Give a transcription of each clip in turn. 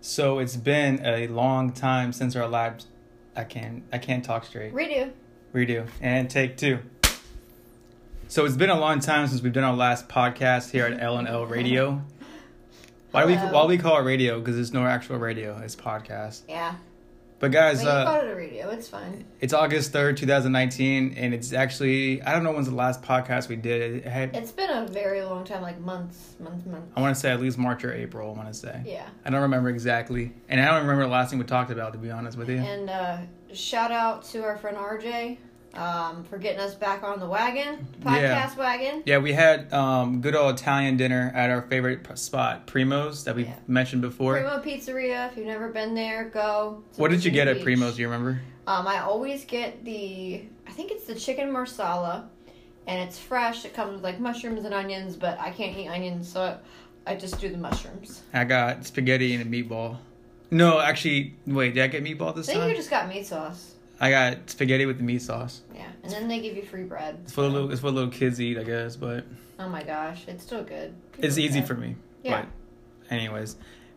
So it's been a long time since our labs. I can I can't talk straight. Redo. Redo and take two. So it's been a long time since we've done our last podcast here at L and L Radio. Why do we Hello. why do we call it radio? Because it's no actual radio. It's podcast. Yeah. But guys, But you uh, called it a radio. It's fine. it's August third, two thousand nineteen, and it's actually I don't know when's the last podcast we did. It had, It's been a very long time, like months, months, months. I want to say at least March or April. I want to say. Yeah. I don't remember exactly, and I don't remember the last thing we talked about. To be honest with you. And uh, shout out to our friend RJ um, for getting us back on the wagon, podcast Yeah. wagon. Yeah, we had um, good old Italian dinner at our favorite p- spot, Primo's, that we Yeah. mentioned before. Primo Pizzeria. If you've never been there, go. It's What on did you Virginia get at Beach. Primo's? Do you remember? Um, I always get the, I think it's the chicken marsala, and it's fresh. It comes with like mushrooms and onions, but I can't eat onions, so I, I just do the mushrooms. I got spaghetti and a meatball. No, actually, wait, did I get meatball this I think time? you just got meat sauce. I got spaghetti with the meat sauce. Yeah, and then they give you free bread. It's what little, it's what little kids eat, I guess, but Oh my gosh, it's still good. it's easy for me. Yeah. But anyways,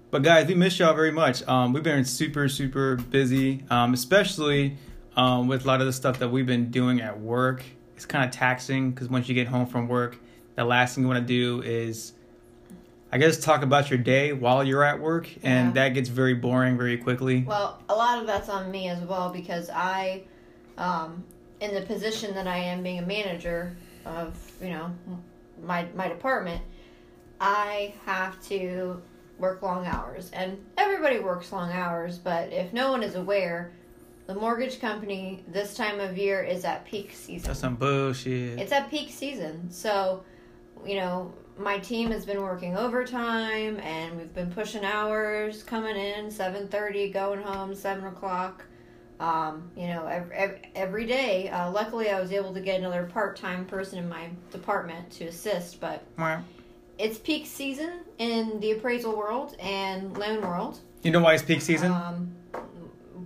but guys, we miss y'all very much. Um, we've been super super busy, um, especially um, with a lot of the stuff that we've been doing at work. It's kind of taxing because once you get home from work, the last thing you want to do is, I guess, talk about your day while you're at work, and Yeah. that gets very boring very quickly. Well, a lot of that's on me as well because I, um, in the position that I am being a manager of, you know, m- my my department, I have to work long hours, and everybody works long hours. But if no one is aware, the mortgage company this time of year is at peak season. That's some bullshit. it's at peak season so you know my team has been working overtime and we've been pushing hours coming in 7.30 going home 7 o'clock um, you know every, every day uh, luckily i was able to get another part-time person in my department to assist but Mwah. it's peak season in the appraisal world and loan world you know why it's peak season? um,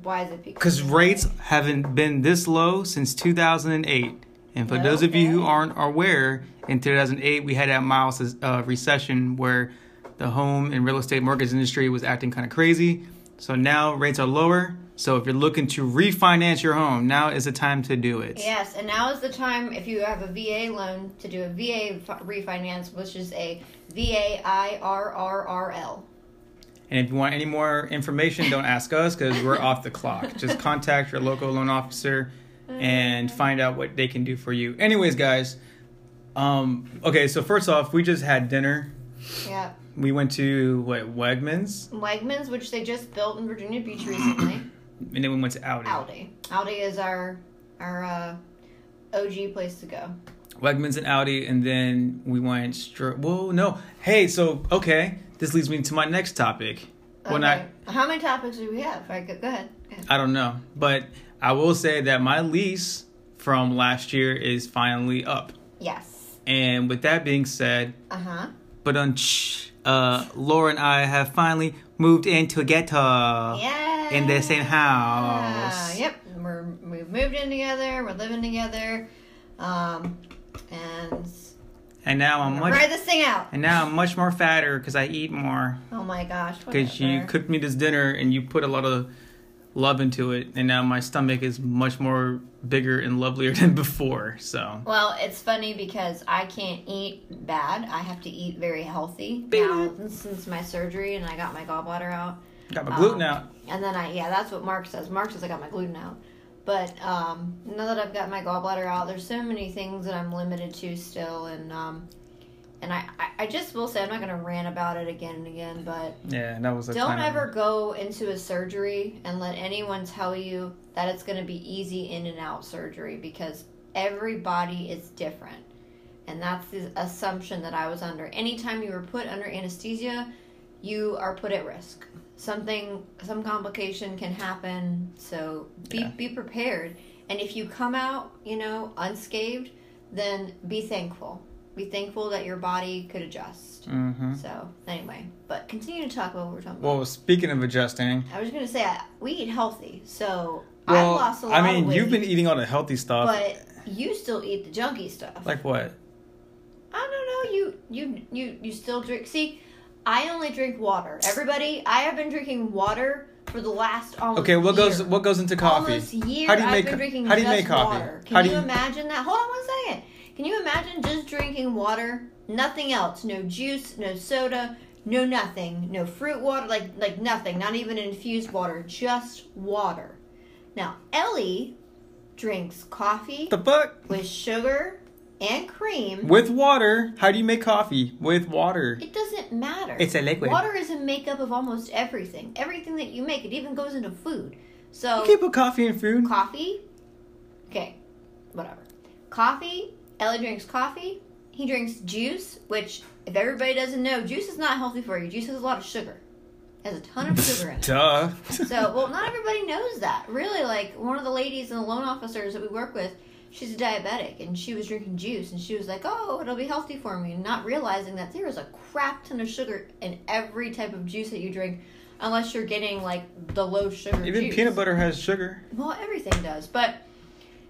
why is it peak Because season? rates haven't been this low since 2008. And for those of you who Okay. aren't aware, in 2008, we had that mild uh, recession where the home and real estate mortgage industry was acting kind of crazy. So now rates are lower. So if you're looking to refinance your home, now is the time to do it. Yes, and now is the time if you have a VA loan to do a VA fi- refinance, which is a VAIRRRL. And if you want any more information, don't ask us because we're off the clock. Just contact your local loan officer and find out what they can do for you. Anyways, guys, um, okay, so first off, we just had dinner. Yeah. We went to what Wegmans, Wegmans, which they just built in Virginia Beach recently. and then we went to Audi. Aldi. Aldi is our our uh, OG place to go. Wegmans and Audi, and then we went straight. Whoa, no, hey, so okay, this leads me to my next topic. Well, not Okay. How many topics do we have? All right, go, go ahead. Go ahead. I don't know, but I will say that my lease from last year is finally up. Yes. And with that being said, Uh huh. but on uh, Laura and I have finally moved in together. Yeah. Uh, In the same house. Ah, yep. We're we've moved in together. We're living together. Um, and And now I'm much, write this thing out. and now I'm much more fatter because I eat more. Oh my gosh. because you whatever. cooked me this dinner and you put a lot of love into it and now my stomach is much more bigger and lovelier than before so Well, it's funny because I can't eat bad. I have to eat very healthy Beep. now since my surgery and I got my gallbladder out. got my gluten Um, out And then I, yeah, that's what Mark says. Mark says I got my gluten out. But um, now that I've got my gallbladder out, there's so many things that I'm limited to still. And um, and I, I- I just will say, I'm not going to rant about it again and again, but yeah that was a Don't kind of- ever go into a surgery and let anyone tell you that it's going to be easy in and out surgery because every body is different. And that's the assumption that I was under. Anytime you were put under anesthesia, you are put at risk. Something, some complication can happen. So be, Yeah. be prepared. And if you come out, you know, unscathed, then be thankful. Be thankful that your body could adjust. Mhm. So anyway, but continue to talk about what we're talking well speaking of adjusting about. I was gonna say I, we eat healthy, so well I've lost a lot. i mean of weight, you've been eating all the healthy stuff but you still eat the junky stuff. like what I don't know. You you you you still drink. See, I only drink water. Everybody, I have been drinking water for the last almost Okay, what goes year. what goes into coffee? Almost year How do you I've make been co- drinking how do you just make coffee? water. Can How do you, you- imagine that? Hold on one second. Can you imagine just drinking water? Nothing else. No juice, no soda, no nothing. No fruit water, like like nothing. Not even infused water, just water. Now, Ellie drinks coffee the fuck? with sugar and cream. With water. How do you make coffee? With water. It doesn't matter. It's a liquid. Water is a makeup of almost everything. Everything that you make, it even goes into food. So You can't put coffee in food. coffee. Okay, whatever. Coffee. Ellie drinks coffee. He drinks juice, which, if everybody doesn't know, juice is not healthy for you. Juice has a lot of sugar. It has a ton of sugar in it. Duh. So, well, not everybody knows that. Really, like one of the ladies and the loan officers that we work with, she's a diabetic and she was drinking juice and she was like, "Oh, it'll be healthy for me," not realizing that there is a crap ton of sugar in every type of juice that you drink, unless you're getting like the low sugar. Even juice. peanut butter has sugar. Well, everything does, but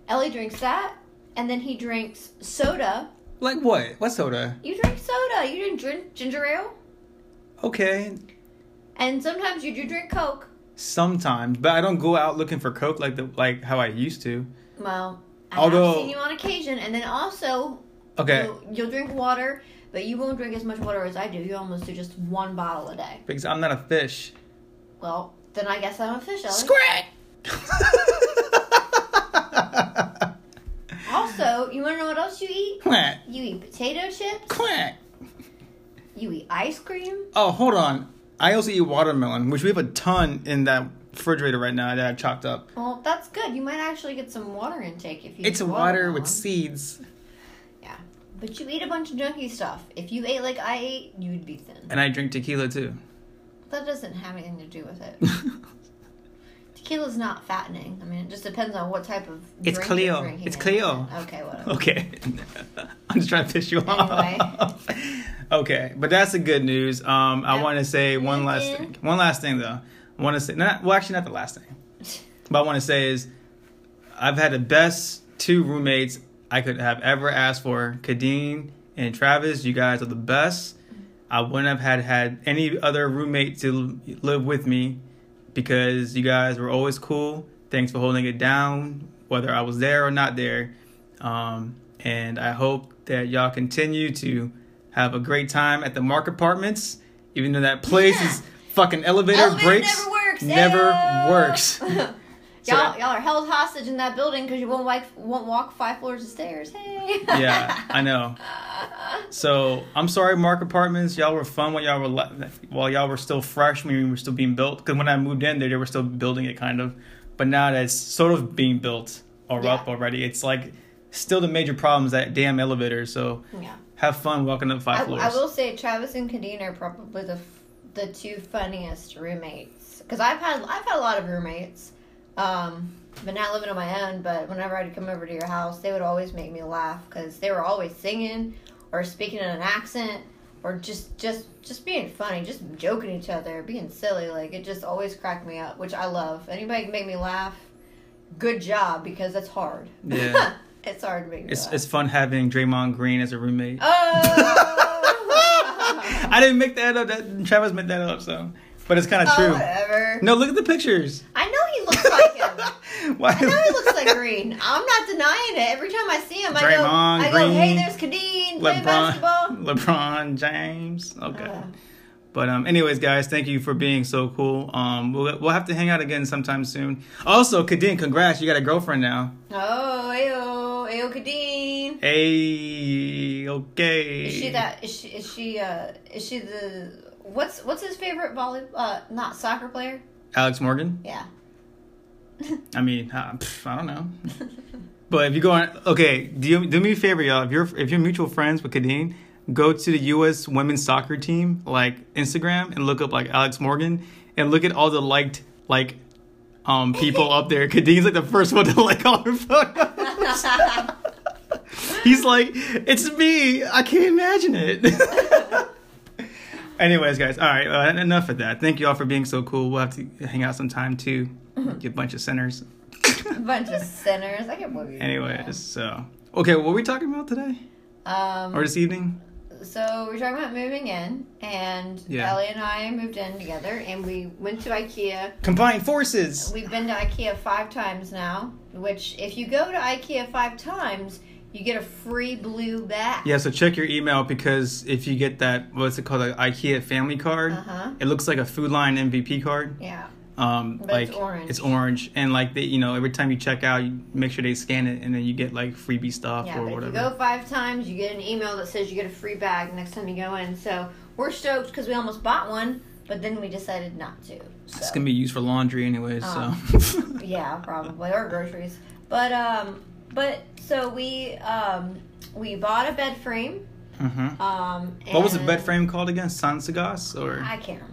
Ellie drinks that, and then he drinks soda. Like what? What soda? You drink soda. You drink gin- ginger ale, Okay, and sometimes you do drink Coke. sometimes, but I don't go out looking for coke like the like how I used to. Well, I Although- have seen you on occasion, and then also Okay, You'll, you'll drink water, but you won't drink as much water as I do. You almost do just one bottle a day. because I'm not a fish. Well, then I guess I'm a fish, Ellie. Squirt. also, you want to know what else you eat? Quack, You eat potato chips. quack. You eat ice cream. Oh, hold on. I also eat watermelon, which we have a ton in that refrigerator right now that I've chopped up. Well, that's good. You might actually get some water intake if you. It's eat water with watermelon. seeds, Yeah, but you eat a bunch of junky stuff. If you ate like I ate, you'd be thin. and I drink tequila too. That doesn't have anything to do with it. Tequila's not fattening. I mean, it just depends on what type of. It's drink Cleo. You're drinking It's it. Cleo. Okay, whatever. okay, I'm just trying to fish you off. Okay, but that's the good news. Um, I Yep. want to say one Good last news. thing. One last thing though. I want to say not well, actually not the last thing. But I want to say is I've had the best two roommates I could have ever asked for. Kadeen and Travis, you guys are the best. I wouldn't have had had any other roommate to l- live with me because you guys were always cool. Thanks for holding it down, whether I was there or not there. Um, and I hope that y'all continue to have a great time at the Mark Apartments, even though that place Yeah. is fucking elevator, Elevator breaks. never works. Never Ayo. works. So- y'all, y'all are held hostage in that building because you won't like won't walk five floors of stairs. Hey. yeah, I know. So I'm sorry, Mark Apartments. Y'all were fun while y'all were li- while y'all were still fresh. when we were still being built. Because when I moved in there, they were still building it, kind of. But now that it's sort of being built or Yeah. up already, it's like still the major problems that damn elevator. So yeah. have fun walking up five I, floors. I will say Travis and Kadeen are probably the f- the two funniest roommates because I've had I've had a lot of roommates, um, but not living on my own. But whenever I'd come over to your house, they would always make me laugh because they were always singing or speaking in an accent or just just just being funny, just joking each other, being silly. Like it just always cracked me up, which I love. Anybody can make me laugh, good job because that's hard. Yeah. it's hard to make me It's laugh. it's fun having Draymond Green as a roommate. oh. I didn't make that up. That, Travis made that up. So, but it's kind of Oh, true. whatever. No, look at the pictures. I know he looks like him. Why? I know he looks like Green. I'm not denying it. Every time I see him, I go, Draymond I go, Green, hey, there's Kadeen playing basketball. LeBron, LeBron James. Okay. Uh. but um, anyways, guys, thank you for being so cool. Um, we'll we'll have to hang out again sometime soon. Also, Kadeen, congrats, you got a girlfriend now. Oh, ayo, ayo, Kadeen. Hey, okay. Is she that? Is she? Is she? Uh, is she the? What's What's his favorite volley? Uh, not soccer player. Alex Morgan. Yeah. I mean, uh, pff, I don't know. but if you go on, okay, do, do me a favor, y'all. If you're if you're mutual friends with Kadeen, go to the U.S. women's soccer team like Instagram and look up like Alex Morgan and look at all the liked like um people up there. Kadeen's like the first one to like all her photos. He's like, it's me. I can't imagine it. Anyways, guys, all right, uh, enough of that. Thank you all for being so cool. We'll have to hang out sometime too. You bunch of sinners. A bunch of sinners. I can't believe you. Anyways, so okay, what are we talking about today Um. or this evening? so we are talking about moving in, and Yeah. Ellie and I moved in together, and we went to IKEA. Combine forces. We've been to IKEA five times now, which if you go to IKEA five times, you get a free blue bag. Yeah, so check your email because if you get that, what's it called, an IKEA family card, Uh huh. it looks like a Food Line MVP card. Yeah. Um, But like it's orange. It's orange, and like they, you know, every time you check out, you make sure they scan it, and then you get like freebie stuff Yeah, or but whatever. if you go five times, you get an email that says you get a free bag next time you go in. So we're stoked because we almost bought one, but then we decided not to. So. It's gonna be used for laundry anyway, Um, so yeah, probably or groceries. But um, but so we um we bought a bed frame. Mhm. Um, What was the and- bed frame called again? Sansagas or I can't remember.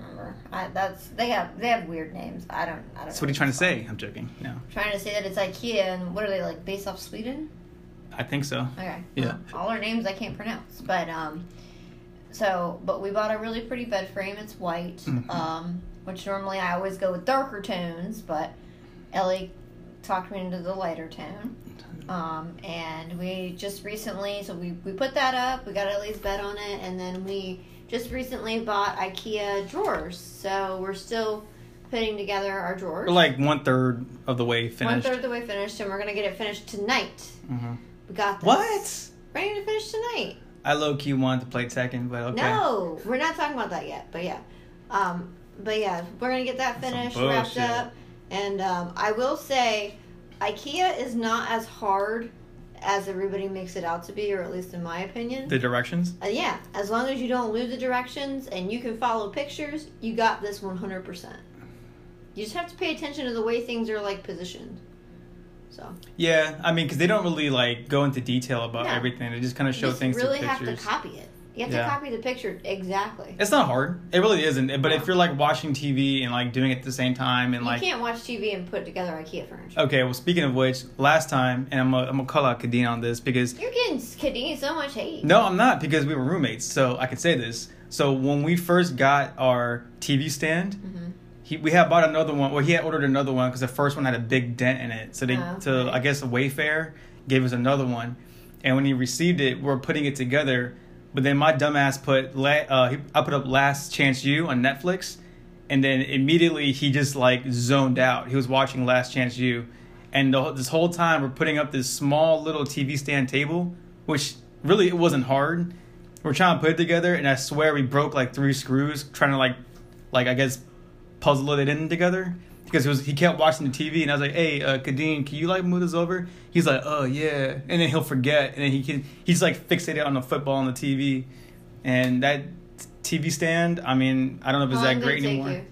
I, that's they have they have weird names. I don't. I don't. so? What are you trying to say? I'm joking. No, Trying to say that it's IKEA and what are they like based off Sweden? I think so. Okay. Yeah. All our names I can't pronounce, but um, so but we bought a really pretty bed frame. It's white, Mhm. um, which normally I always go with darker tones, but Ellie talked me into the lighter tone. Um, and we just recently, so we we put that up. We got Ellie's bed on it, and then we just recently bought IKEA drawers. So we're still putting together our drawers. We're like one third of the way One finished. third of the way finished, and we're gonna get it finished tonight. Mhm. We got this. What? Ready to finish tonight. I low key wanted to play Tekken, but okay. No, we're not talking about that yet. But yeah, um, but yeah, we're gonna get that That's some finished, wrapped bullshit. up, and um, I will say, IKEA is not as hard as everybody makes it out to be, or at least in my opinion. The directions. Uh, yeah, as long as you don't lose the directions and you can follow pictures, you got this one hundred percent. You just have to pay attention to the way things are like positioned. So Yeah, I mean, because they don't really like go into detail about No. everything. They just kind of you show just things really through have to pictures. copy it. You have Yeah. to copy the picture exactly. it's not hard. It really isn't. But if No. you're like watching TV and like doing it at the same time and You like Oh. can't watch TV and put together IKEA furniture. Okay, well, speaking of which, last time, and I'm gonna, I'm gonna call out Kadeen on this because You're getting Kadeen so much hate. no, I'm not because we were roommates, so I can say this. So when we first got our TV stand, Mhm. he we had bought another one. Well, he had ordered another one because the first one had a big dent in it. So they, Oh, so right. I guess Wayfair gave us another one, and when he received it, we're putting it together. But then my dumbass put la- uh, he, I put up Last Chance You on Netflix, and then immediately he just like zoned out. He was watching Last Chance You, and the, whole- this whole time we're putting up this small little TV stand table, which really it wasn't hard. We're trying to put it together, and I swear we broke like three screws trying to like, like I guess puzzle it in together because he was he kept watching the TV and I was like, "Hey, uh, Kadeem, can you like move this over?" He's like, "Oh yeah," and then he'll forget and then he can he's like fixated on the football on the TV, and that TV stand. I mean, I don't know if it's How long that did great it Oh, take anymore. you?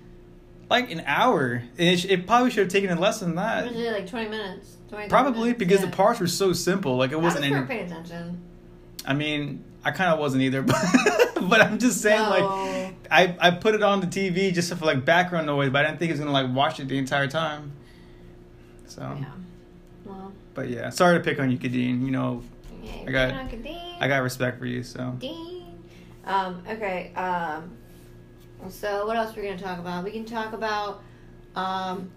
Like an hour, and it, sh- it probably should have taken less than What was that. it like 20 minutes? 20, Probably minutes? because Yeah. the parts were so simple. Like it wasn't I was any. not paying attention. I mean, I kind of wasn't either, but but I'm just saying like. No. I, I put it on the TV just for like background noise, but I didn't think it was gonna like watch it the entire time. So, Yeah. Well, but yeah, sorry to pick on you, Kadeen. You know, yeah, I got- you're not Kadeen. I got respect for you. So, Dean. Um, okay. Um, so what else are we gonna talk about? We can talk about um,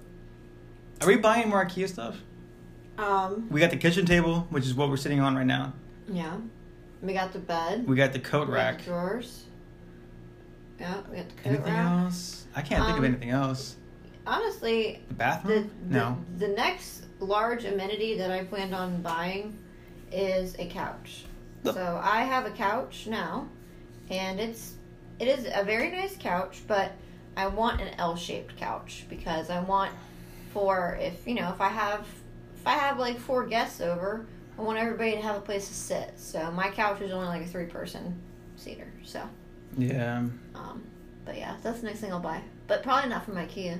are we buying more IKEA stuff? um, We got the kitchen table, which is what we're sitting on right now. yeah. We got the bed. We got the coat we got rack. the drawers. Yeah, we got the coat Anything rack. else? I can't think of Um, anything else. Honestly, The The, bathroom? the, no. the next large amenity that I planned on buying is a couch. The- So I have a couch now, and it's it is a very nice couch, but I want an L-shaped couch because I want for if you know if I have if I have like four guests over, I want everybody to have a place to sit. So my couch is only like a three-person seater. So, Yeah. um, but yeah, that's the next thing I'll buy, but probably not from IKEA.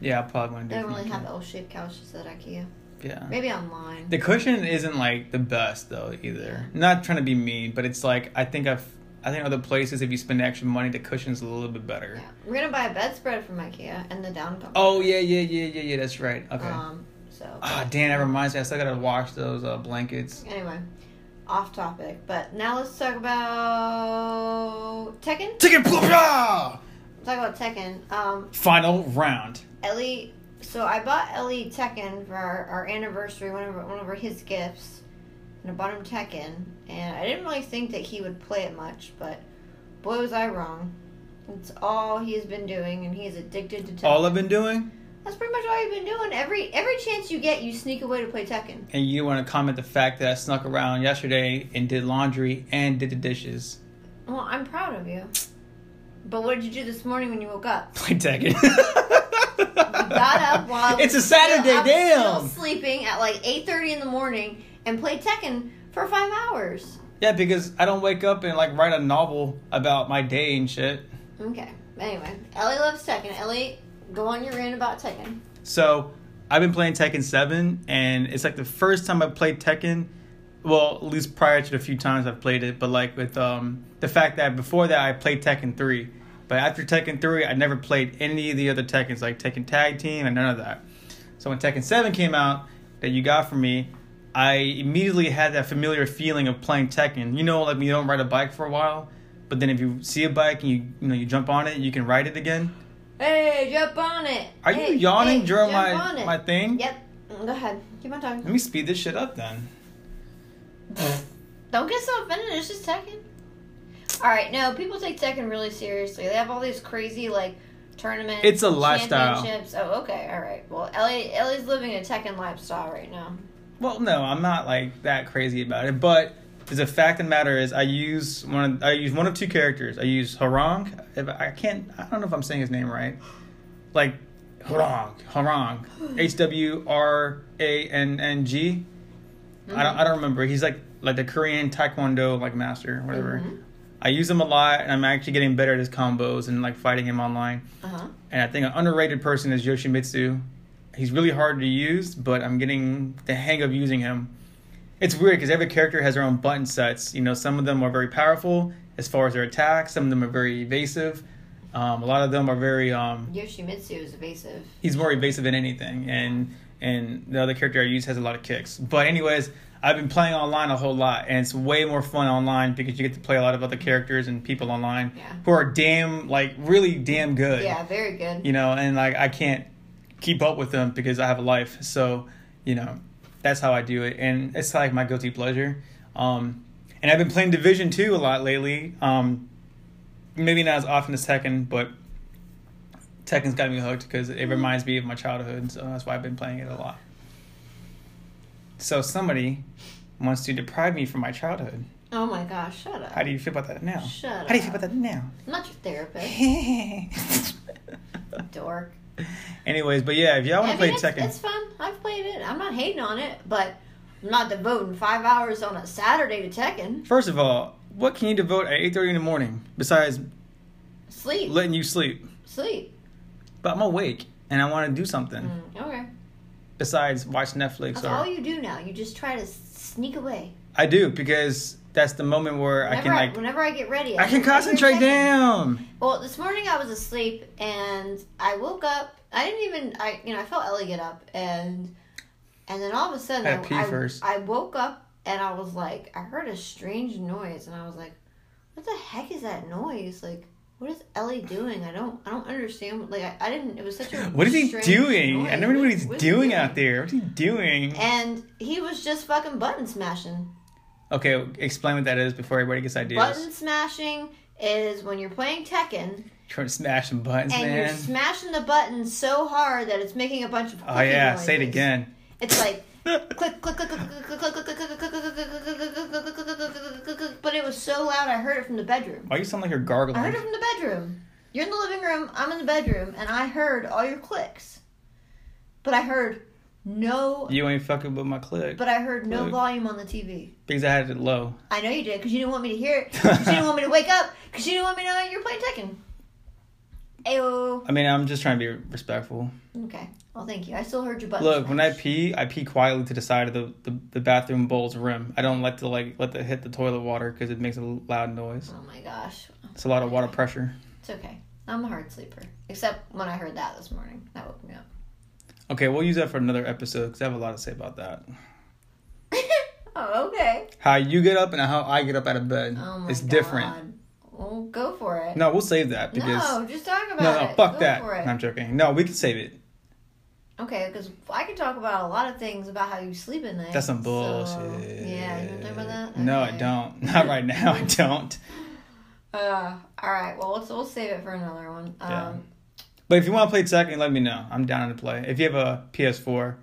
Yeah, I probably want to They do don't really something have like L-shaped couches at IKEA. that. Yeah. Maybe online. The cushion isn't like the best though either. Not trying to be mean, but it's like I think I've I think other places if you spend extra money, the cushion's a little bit better. yeah. We're gonna buy a bedspread from IKEA and the down comforter. Oh yeah, yeah, yeah, yeah, yeah. That's right. Okay. Um. So. Ah, damn, that reminds me. I still gotta wash those uh, blankets. Anyway, off topic, but now let's talk about Tekken. Ticket blah, blah! Talk about Tekken. Um, Final round. Ellie. So I bought Ellie Tekken for our, our anniversary. One of our- one of our- his gifts, and I bought him Tekken, and I didn't really think that he would play it much, but boy was I wrong. It's all he's been doing, and he's addicted to Tekken. All I've been doing, That's pretty much all you've been doing. Every every chance you get, you sneak away to play Tekken. and you want to comment the fact that I snuck around yesterday and did laundry and did the dishes. Well, I'm proud of you. But what did you do this morning when you woke up? Play Tekken. Got up while I was it's a Saturday. still, I was damn. Still sleeping at like eight thirty in the morning and played Tekken for five hours. Yeah, because I don't wake up and like write a novel about my day and shit. Okay. Anyway, Ellie loves Tekken. Ellie, go on your rant about Tekken. So I've been playing Tekken 7, and it's like the first time I played Tekken. Well, at least prior to the few times I've played it, but like with um, the fact that before that I played Tekken 3. But after Tekken 3, I never played any of the other Tekkens, like Tekken Tag Team and none of that. So when Tekken 7 came out, that you got from me, I immediately had that familiar feeling of playing Tekken. You know, like when you don't ride a bike for a while, but then if you see a bike and you, you know, you jump on it, you can ride it again. Hey, jump on it. Are Hey, you yawning hey, during jump on my, it. my thing? Yep. Go ahead. Keep on talking. Let me speed this shit up then. Don't get so offended. It's just Tekken. All right, no, people take Tekken really seriously. They have all these crazy like tournaments. It's a lifestyle. Championships. Oh, okay, all right. Well, Ellie, Ellie's living a Tekken lifestyle right now. Well, no, I'm not like that crazy about it, but the fact of the matter is, I use one. Of, I use one of two characters. I use Harang. If I I can't, I don't know if I'm saying his name right. Like Harang, Harang, H W R A N N G. I don't. I don't remember. He's like like the Korean Taekwondo like master, whatever. Mhm. I use him a lot, and I'm actually getting better at his combos and like fighting him online. Uh huh. and I think an underrated person is Yoshimitsu. He's really hard to use, but I'm getting the hang of using him. It's weird because every character has their own button sets. You know, some of them are very powerful as far as their attacks. Some of them are very evasive. Um, a lot of them are very. Um, Yoshimitsu is evasive. he's more evasive than anything, and and the other character I use has a lot of kicks. But anyways, I've been playing online a whole lot, and it's way more fun online because you get to play a lot of other characters and people online Yeah. who are damn like really damn good Yeah, very good. you know, and like I can't keep up with them because I have a life. So, you know, that's how I do it, and it's like my guilty pleasure. Um, and I've been playing Division Two a lot lately. Um, maybe not as often as Tekken, but Tekken's got me hooked because it reminds me of my childhood, so that's why I've been playing it a lot. So somebody wants to deprive me from my childhood. Oh my gosh, shut up. How do you feel about that now? Shut How do you feel up. about that now? I'm not your therapist, dork. Anyways, but yeah, if y'all want to play it's, Tekken, It's fun. I've played it. I'm not hating on it, but I'm not devoting five hours on a Saturday to Tekken. First of all, what can you devote at eight thirty in the morning besides Sleep, letting you sleep? sleep. But I'm awake and I want to do something Mm, okay. besides watch Netflix. That's all Or you do now. You just try to sneak away. I do because that's the moment where I Whenever can I, like whenever I get ready, I can get ready for concentrate. a second. Damn. Well, this morning I was asleep and I woke up. I didn't even. I you know I felt Ellie get up and and then all of a sudden I had to pee I, first. I woke up and I was like I heard a strange noise and I was like, what the heck is that noise? Like what is Ellie doing? I don't I don't understand. Like I, I didn't. It was such a What is he strange doing? noise. I never knew what he's is he doing out there. What's he doing? And he was just fucking button smashing. Okay, explain what that is before everybody gets ideas. Button smashing is when you're playing Tekken Trying to smash some buttons, and man. you're smashing the button so hard that it's making a bunch of. Oh clicking yeah, say it noises. again. It's like click click click click click click click click click click click click click click click click. But it was so loud, I heard it from the bedroom. Why you sound like you're I heard it gargling? from the bedroom. You're in the living room. I'm in the bedroom, and I heard all your clicks. But I heard no. You ain't fucking with my click But I heard no Look. volume on the TV. because I had it low. I know you did because you didn't want me to hear it. 'cause you didn't want me to wake up because you didn't want me to know you're playing Tekken. Ayo. I mean, I'm just trying to be respectful. Okay. Well, thank you. I still heard your button. Look, when I smash. pee, I pee quietly to the side of the, the, the bathroom bowl's rim. I don't like to like let the hit the toilet water because it makes a loud noise. Oh my gosh. It's a lot of water pressure. It's okay. I'm a hard sleeper. Except when I heard that this morning. That woke me up. Okay, we'll use that for another episode because I have a lot to say about that. oh, okay. How you get up and how I get up out of bed Oh my is different. God. Well, go for it. No, we'll save that because no, just talk about no, no, it. fuck go that. For it. No, I'm joking. No, we can save it. Okay, because I can talk about a lot of things about how you sleep at night. That's some so- bullshit. yeah, you don't talk about that. No, I Okay. don't. Not right now. I don't. Uh, all right. Well, let's we'll save it for another one. Um, Yeah. But if you want to play Tekken, let me know. I'm down to play. If you have a PS4,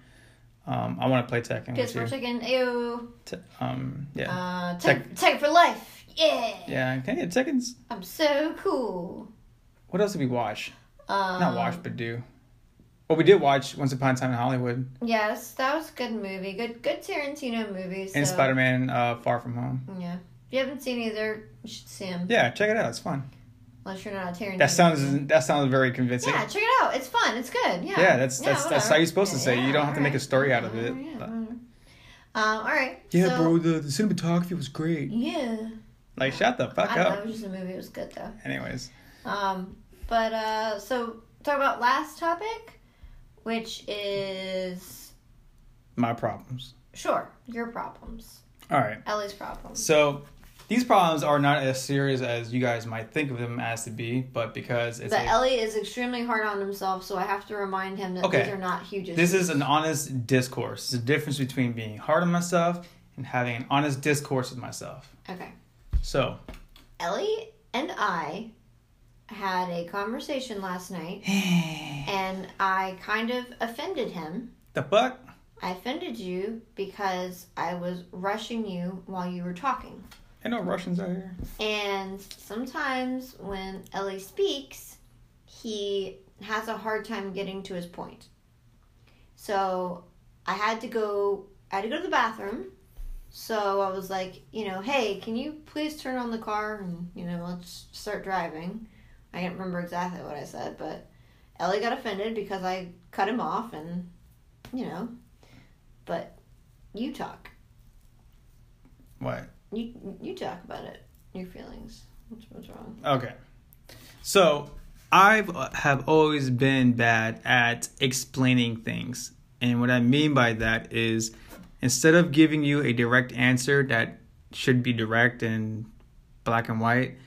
um, I want to play Tekken Kids with for you. chicken. Ew. Te- um, yeah, Uh, Tech- tech, tech for life. Yeah. yeah. Can I get Tekken's? I'm so cool. What else did we watch? Um, Not watch, but do. Well, we did watch Once Upon a Time in Hollywood Yes, that was a good movie. Good, good Tarantino movie. So, and Spider Man uh, Far From Home. Yeah. If you haven't seen either, you should see them. Yeah, check it out. It's fun. Unless you're not a Tarantino. That fan. sounds that sounds very convincing. Yeah, check it out. It's fun. It's good. Yeah. Yeah, that's that's that's whatever. how you're supposed to Yeah, say. it. yeah, you don't have to make a alright. story out of it. Yeah, yeah, whatever. Um. All right. Yeah, so- bro, the, the cinematography was great. Yeah. Like, shut the fuck I don't know. up. It was just a movie. It was good though. Anyways, Um, but uh, so talk about last topic, which is my problems. sure your problems, All right. Ellie's problems. So these problems are not as serious as you guys might think of them as to be, but because it's But a- Ellie is extremely hard on himself, so I have to remind him that Okay. these are not huge issues. this is an honest discourse. It's the difference between being hard on myself and having an honest discourse with myself. okay. So Ellie and I had a conversation last night, the and I kind of offended him. fuck? I offended you because I was rushing you while you were talking. I know Russians out here. And sometimes when Ellie speaks, he has a hard time getting to his point. So I had to go I had to go to the bathroom. So I was like, you know, hey, can you please turn on the car and, you know, let's start driving. I can't remember exactly what I said, but Ellie got offended because I cut him off and, you know, but you talk. What? You you talk about it. Your feelings. What's, what's wrong? Okay. So I've uh, have always been bad at explaining things. And what I mean by that is instead of giving you a direct answer that should be direct and black and white,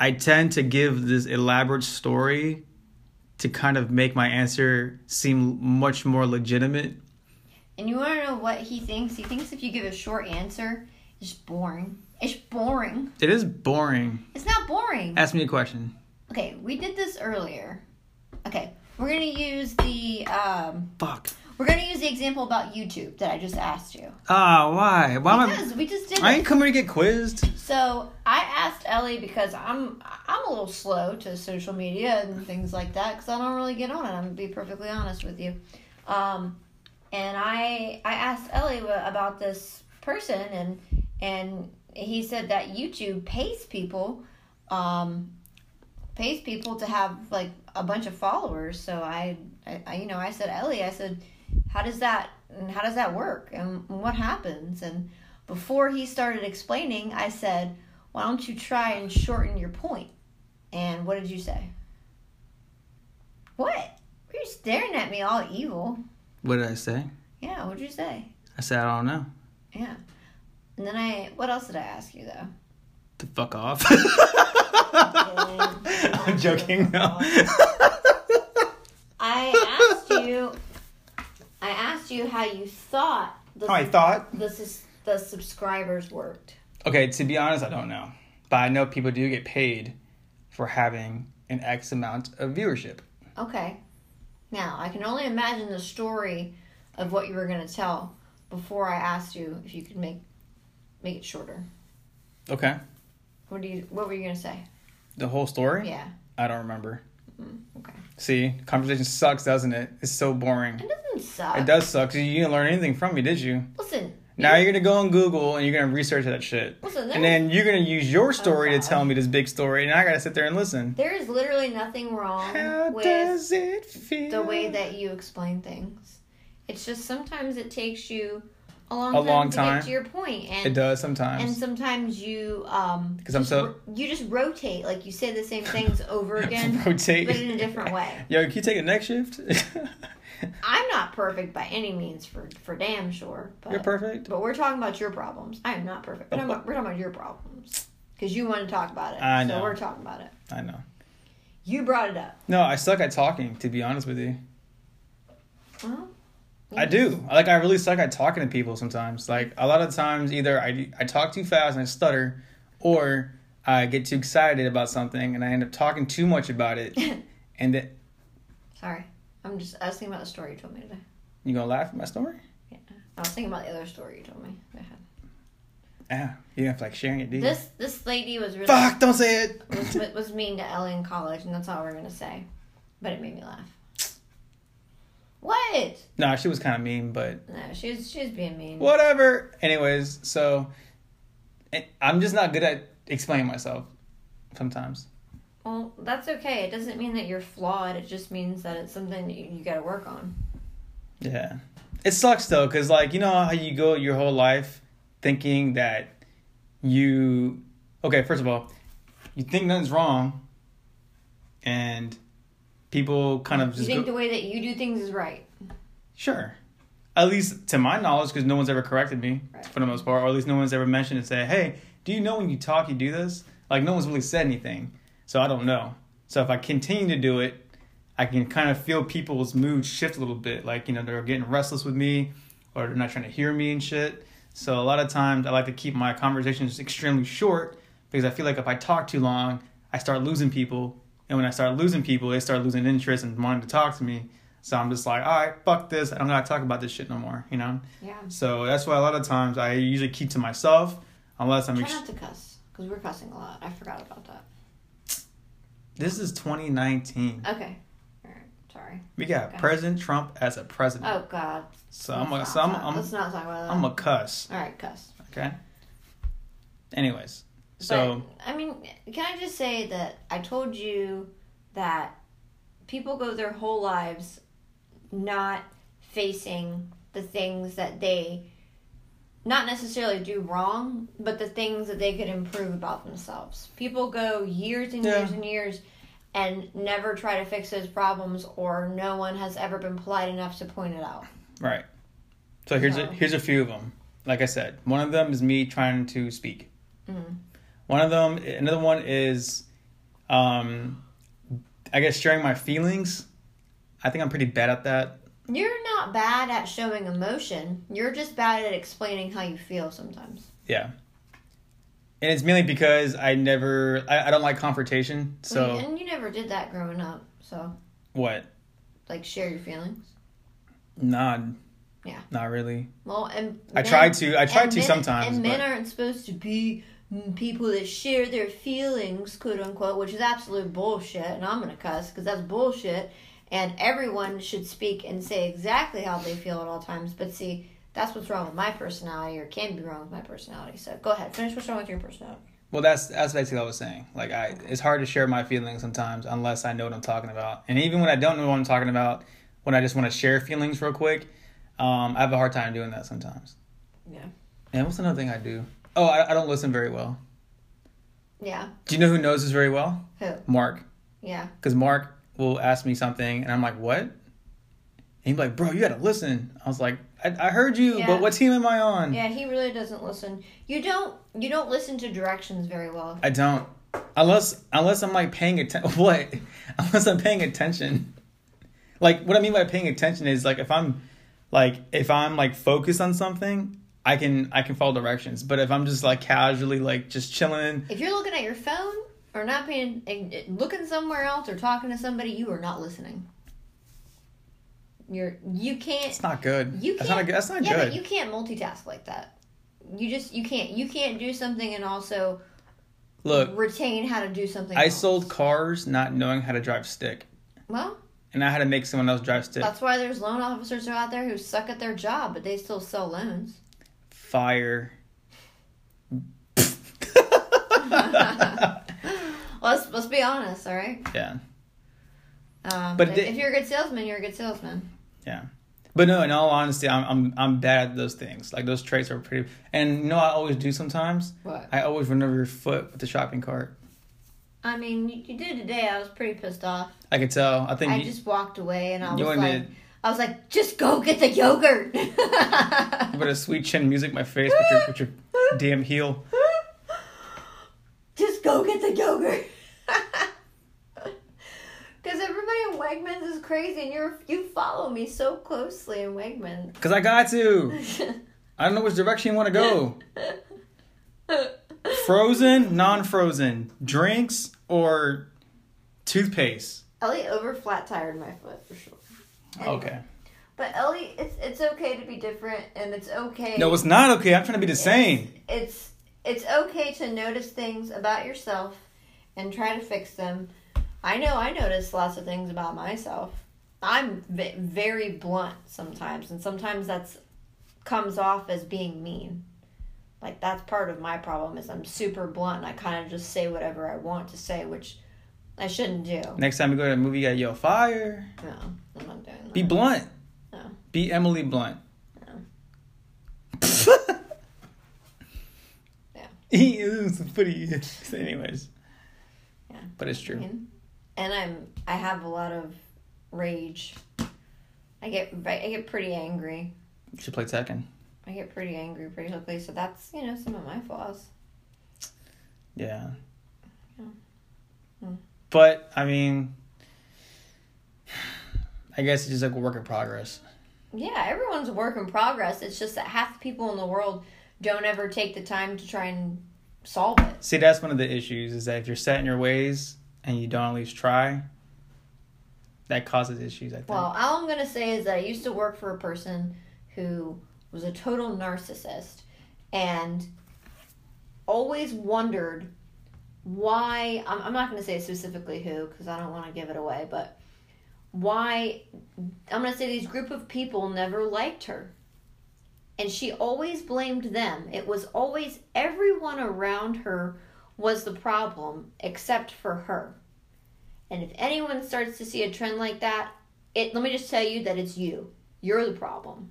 I tend to give this elaborate story to kind of make my answer seem much more legitimate. And you want to know what he thinks? He thinks if you give a short answer, it's boring. It's boring. It is boring. It's not boring. Ask me a question. Okay, we did this earlier. Okay, we're gonna use the um, Fuck. we're gonna use the example about YouTube that I just asked you Ah, why? Why am I because we just did. I It. ain't coming to get quizzed. So I asked Ellie because I'm I'm a little slow to social media and things like that because I don't really get on it. I'm gonna be perfectly honest with you. Um, and I I asked Ellie wha- about this person and and he said that YouTube pays people, um, pays people to have like a bunch of followers. So I, I, I you know I said Ellie I said how does that and how does that work and what happens and before he started explaining I said why don't you try and shorten your point and what did you say what you're staring at me all evil What did I say? yeah what'd you say I said I don't know. yeah and then I what else did I ask you though to fuck off. Okay. I'm joking. No. I asked you I asked you how you thought the I thought. the sus- the subscribers worked Okay, to be honest, I don't know, but I know people do get paid for having an X amount of viewership. Okay. Now, I can only imagine the story of what you were going to tell before I asked you if you could make make it shorter. Okay, What do you what were you going to say? the whole story. Yeah. Mm-hmm, I don't remember. Okay. See, conversation sucks, doesn't it? It's so boring. It doesn't suck. It does suck. 'cause You didn't learn anything from me, did you? Listen. Now you're gonna go on Google and you're gonna research that shit, Listen, and there, then you're gonna use your story Oh, God. to tell me this big story, and I gotta sit there and listen. there is literally nothing wrong How with does it feel? the way that you explain things. It's just sometimes it takes you a long A time long to time. get to your point and it does sometimes. and sometimes you um 'Cause I'm just so- ro- you just rotate like you say the same things over again Rotate. but in a different way. Yo, can you take a next shift? I'm not perfect by any means for for damn sure. But, You're perfect. But we're talking about your problems. I am not perfect. But I'm, we're talking about your problems because you want to talk about it. I so know. we're talking about it. I know. You brought it up. No, I suck at talking, to be honest with you. Well, I do. Like I really suck at talking to people sometimes. Like a lot of times, either I I talk too fast and I stutter, or I get too excited about something and I end up talking too much about it, and then Sorry. I'm just, I was thinking about the story you told me today. you gonna laugh at my story. Yeah. I was thinking about the other story you told me. that I had. Ah, Yeah, you have to like sharing it, dude. This this lady was really Fuck! Don't say it. was, was mean to Ellie in college, and that's all we're gonna say. But it made me laugh. What? no, she was kind of mean, but No, she was she was being mean. whatever. Anyways, so and I'm just not good at explaining myself sometimes. Well, that's okay. It doesn't mean that you're flawed. It just means that it's something that you, you got to work on. Yeah. It sucks though, because like, you know how you go your whole life thinking that you. Okay, first of all, you think nothing's wrong, and people kind of You just. think go- the way that you do things is right. sure. At least to my knowledge, because no one's ever corrected me Right. for the most part, or at least no one's ever mentioned and said, hey, do you know when you talk, you do this? Like, no one's really said anything, so I don't know. So if I continue to do it, I can kind of feel people's mood shift a little bit. Like, you know, they're getting restless with me or they're not trying to hear me and shit. So a lot of times I like to keep my conversations extremely short because I feel like if I talk too long, I start losing people. And when I start losing people, they start losing interest and wanting to talk to me. So I'm just like, all right, fuck this. I don't gotta talk about this shit no more, you know? Yeah. So that's why a lot of times I usually keep to myself unless I'm. Try ex- not to cuss, because we're cussing a lot. I forgot about that. this is 2019. Okay. All right. Sorry. We got Okay. President Trump as a president. Oh God. So I'm a, Let's so not I'm, talk- I'm, let's not talk about that. I'm a cuss, All right, cuss. okay? Anyways, so but, I mean, can I just say that I told you that people go their whole lives not facing the things that they not necessarily do wrong, but the things that they could improve about themselves. People go years and Yeah. years and years and never try to fix those problems or no one has ever been polite enough to point it out. right. So here's a, No. here's a few of them. Like I said, one of them is me trying to speak. Mm. One of them, another one is, um, I guess sharing my feelings. I think I'm pretty bad at that. You're not bad at showing emotion. You're just bad at explaining how you feel sometimes. Yeah. And it's mainly because I never, I, I don't like confrontation. So and you never did that growing up, so what? like share your feelings. Nah. Yeah. Not really. Well, and I men- try to. I try and to men- sometimes. And but- men aren't supposed to be mm, people that share their feelings, quote unquote, which is absolute bullshit. And I'm gonna cuss because that's bullshit. And everyone should speak and say exactly how they feel at all times. But see, that's what's wrong with my personality, or can be wrong with my personality. So go ahead, finish what's wrong with your personality. Well, that's that's basically what I was saying. Like, I it's hard to share my feelings sometimes unless I know what I'm talking about, and even when I don't know what I'm talking about, when I just want to share feelings real quick, um, I have a hard time doing that sometimes. Yeah. And what's another thing I do? Oh, I, I don't listen very well. Yeah. Do you know who knows this very well? Who? Mark, Yeah. because Mark will ask me something, and I'm like, "What?" And he's like, "Bro, you gotta listen." I was like, "I, I heard you, Yeah. but what team am I on?" Yeah, he really doesn't listen. You don't you don't listen to directions very well. I don't. Unless unless I'm like paying attention. What? Unless I'm paying attention. Like what I mean by paying attention is like if I'm like if I'm like focused on something, I can I can follow directions. But if I'm just like casually like just chilling, If you're looking at your phone or not being eh, looking somewhere else or talking to somebody, you are not listening. You're you can't it's not good. you can't that's not a good. That's not yeah, good. but you can't multitask like that. You just you can't you can't do something and also Look, retain how to do something. I else. sold cars not knowing how to drive stick, well. and I had to make someone else drive stick. That's why there's loan officers out there who suck at their job, but they still sell loans. Fire. Let's let's be honest, all right. Yeah. But Um, but the- if you're a good salesman, you're a good salesman. Yeah. But no, in all honesty, I'm I'm I'm bad at those things. Like those traits are pretty. And you know, what I always do sometimes. What? I always run over your foot with the shopping cart. I mean, you, you did today. I was pretty pissed off. I could tell. I think I you, just walked away and I was you like, and I was like, just go get the yogurt. you put a sweet chin music in my face with your with your damn heel. just go get the yogurt. Because everybody away Wegmans is crazy, and you're you follow me so closely in Wegmans. Because I got to. I don't know which direction you want to go. Frozen, non frozen, drinks, or toothpaste? Ellie over flat tired my foot for sure. Okay. But Ellie, it's it's okay to be different, and it's okay. No, it's not okay. I'm trying to be the same. it's it's okay to notice things about yourself and try to fix them. I know I notice lots of things about myself. I'm v- very blunt sometimes, and sometimes that's comes off as being mean. Like that's part of my problem is I'm super blunt. And I kind of just say whatever I want to say, which I shouldn't do. Next time you go to a movie, you gotta yell fire. No, I'm not doing that. Be blunt. No. Be Emily Blunt. Yeah. yeah. It's pretty. Anyways. Yeah. But it's true. mean, and I'm I have a lot of rage. I get I get pretty angry. You should play Tekken. I get pretty angry pretty quickly, so that's you know some of my flaws. Yeah. Yeah. Hmm. But I mean, I guess it's just like a work in progress. Yeah, everyone's a work in progress. It's just that half the people in the world don't ever take the time to try and solve it. See, that's one of the issues is that if you're set in your ways and you don't at least try, that causes issues. I think. Well, all I'm gonna say is that I used to work for a person who was a total narcissist and always wondered why. I'm, I'm not gonna say specifically who because I don't want to give it away, but why I'm gonna say these group of people never liked her. And she always blamed them. It was always everyone around her was the problem except for her. And if anyone starts to see a trend like that, it let me just tell you that it's you. You're the problem.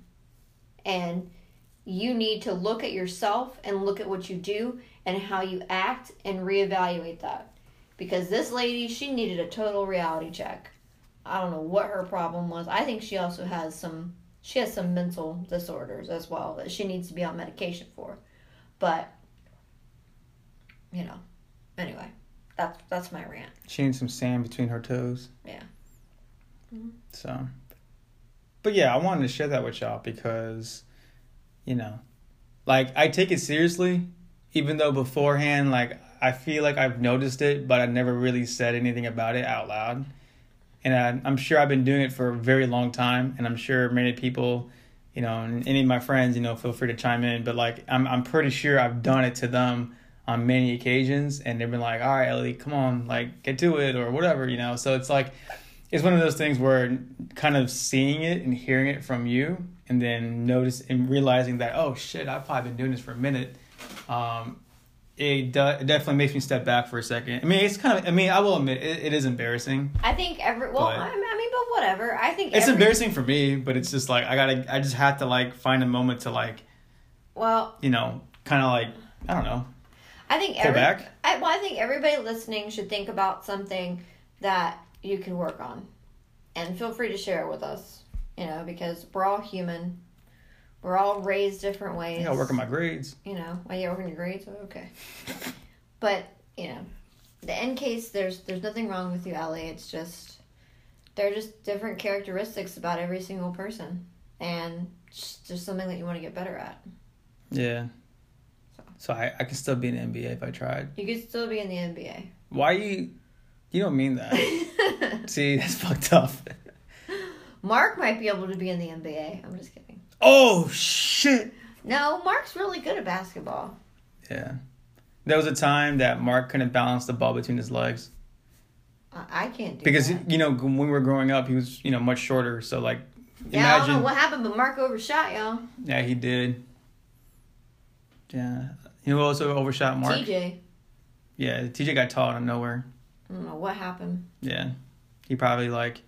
And you need to look at yourself and look at what you do and how you act and reevaluate that. Because this lady, she needed a total reality check. I don't know what her problem was. I think she also has some she has some mental disorders as well that she needs to be on medication for. But you know, anyway, that's that's my rant. She needs some sand between her toes. Yeah. So, but yeah, I wanted to share that with y'all because, you know, like I take it seriously, even though beforehand, like I feel like I've noticed it, but I never really said anything about it out loud. And I, I'm sure I've been doing it for a very long time, and I'm sure many people, you know, and any of my friends, you know, feel free to chime in. But like, I'm I'm pretty sure I've done it to them on many occasions, and they've been like, "All right, Ellie, come on, like get to it," or whatever, you know. So it's like it's one of those things where kind of seeing it and hearing it from you and then notice and realizing that oh shit i've probably been doing this for a minute um, it, de- it definitely makes me step back for a second i mean it's kind of i mean i will admit it, it is embarrassing I think every well, But- I, I mean, but whatever. I think it's every- embarrassing for me but it's just like i gotta i just have to like find a moment to like Well, you know kind of like i don't know I think Pull every, back? I, well, I think everybody listening should think about something that you can work on, and feel free to share it with us. You know, because we're all human, we're all raised different i ways. think i'll work on my grades you know, why you working your grades? Oh, Okay, but you know, the end case there's there's nothing wrong with you, Ellie. It's just there are just different characteristics about every single person, and it's just something that you want to get better at. yeah so i, I can still be in the nba if i tried You could still be in the NBA. why you you don't mean that see that's fucked up Mark might be able to be in the NBA. I'm just kidding. Oh shit! No, Mark's really good at basketball. Yeah, there was a time that Mark couldn't balance the ball between his legs I, I can't do because that. you know when we were growing up, he was you know much shorter. So like, yeah, I don't know imagine what happened, but Mark overshot y'all. yeah he did. Yeah, you know who also overshot Mark. TJ, Yeah, TJ got tall out of nowhere. I don't know what happened. Yeah, he probably like,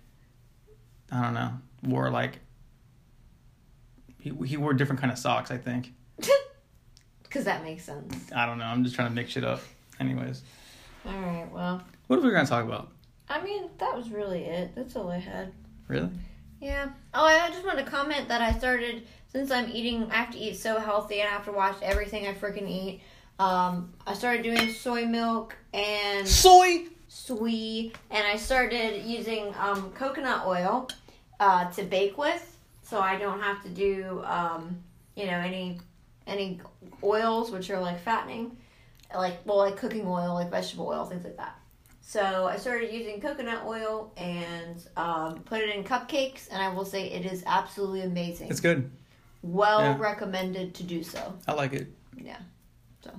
I don't know, wore like. He, he wore different kind of socks, I think. Because that makes sense. I don't know. I'm just trying to make shit up. Anyways, All right, well, what are we gonna talk about? I mean, that was really it. That's all I had. Really? Yeah. Oh, I just wanted to comment that I started since I'm eating. I have to eat so healthy, and I have to watch everything I freaking eat. Um, I started doing soy milk and Soy sweet. And I started using um, coconut oil uh, to bake with, so I don't have to do um, you know any any oils which are like fattening, like well like cooking oil, like vegetable oil, things like that. So I started using coconut oil and um, put it in cupcakes, and I will say it is absolutely amazing. It's good. well yeah. recommended to do so. I like it. Yeah. So.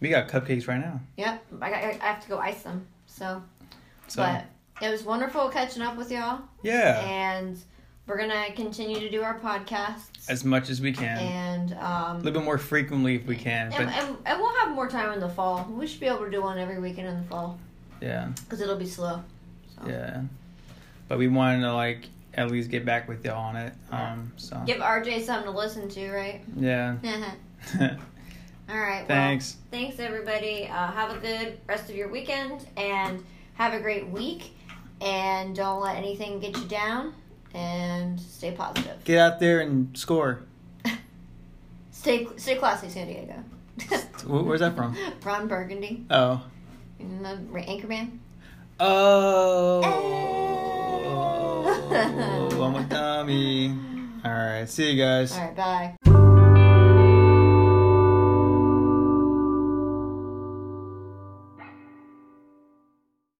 We got cupcakes right now. Yep, I, got, I have to go ice them. So, So but it was wonderful catching up with y'all, yeah, and we're gonna continue to do our podcasts as much as we can, and a um. little bit more frequently if we can. And, But and, and we'll have more time in the fall. We should be able to do one every weekend in the fall yeah, because it'll be slow. yeah. But we wanted to like at least get back with y'all on it. Um. So Give RJ something to listen to, right? yeah. All right. Well, Thanks. Thanks, everybody. Uh, have a good rest of your weekend and have a great week. And don't let anything get you down and stay positive. Get out there and score. Stay, stay classy, San Diego. Wh- Where's that from? Ron Burgundy, Oh. you know, the Anchorman. Oh. Oh. I'm a Oh. dummy. All right. See you guys. All right, bye.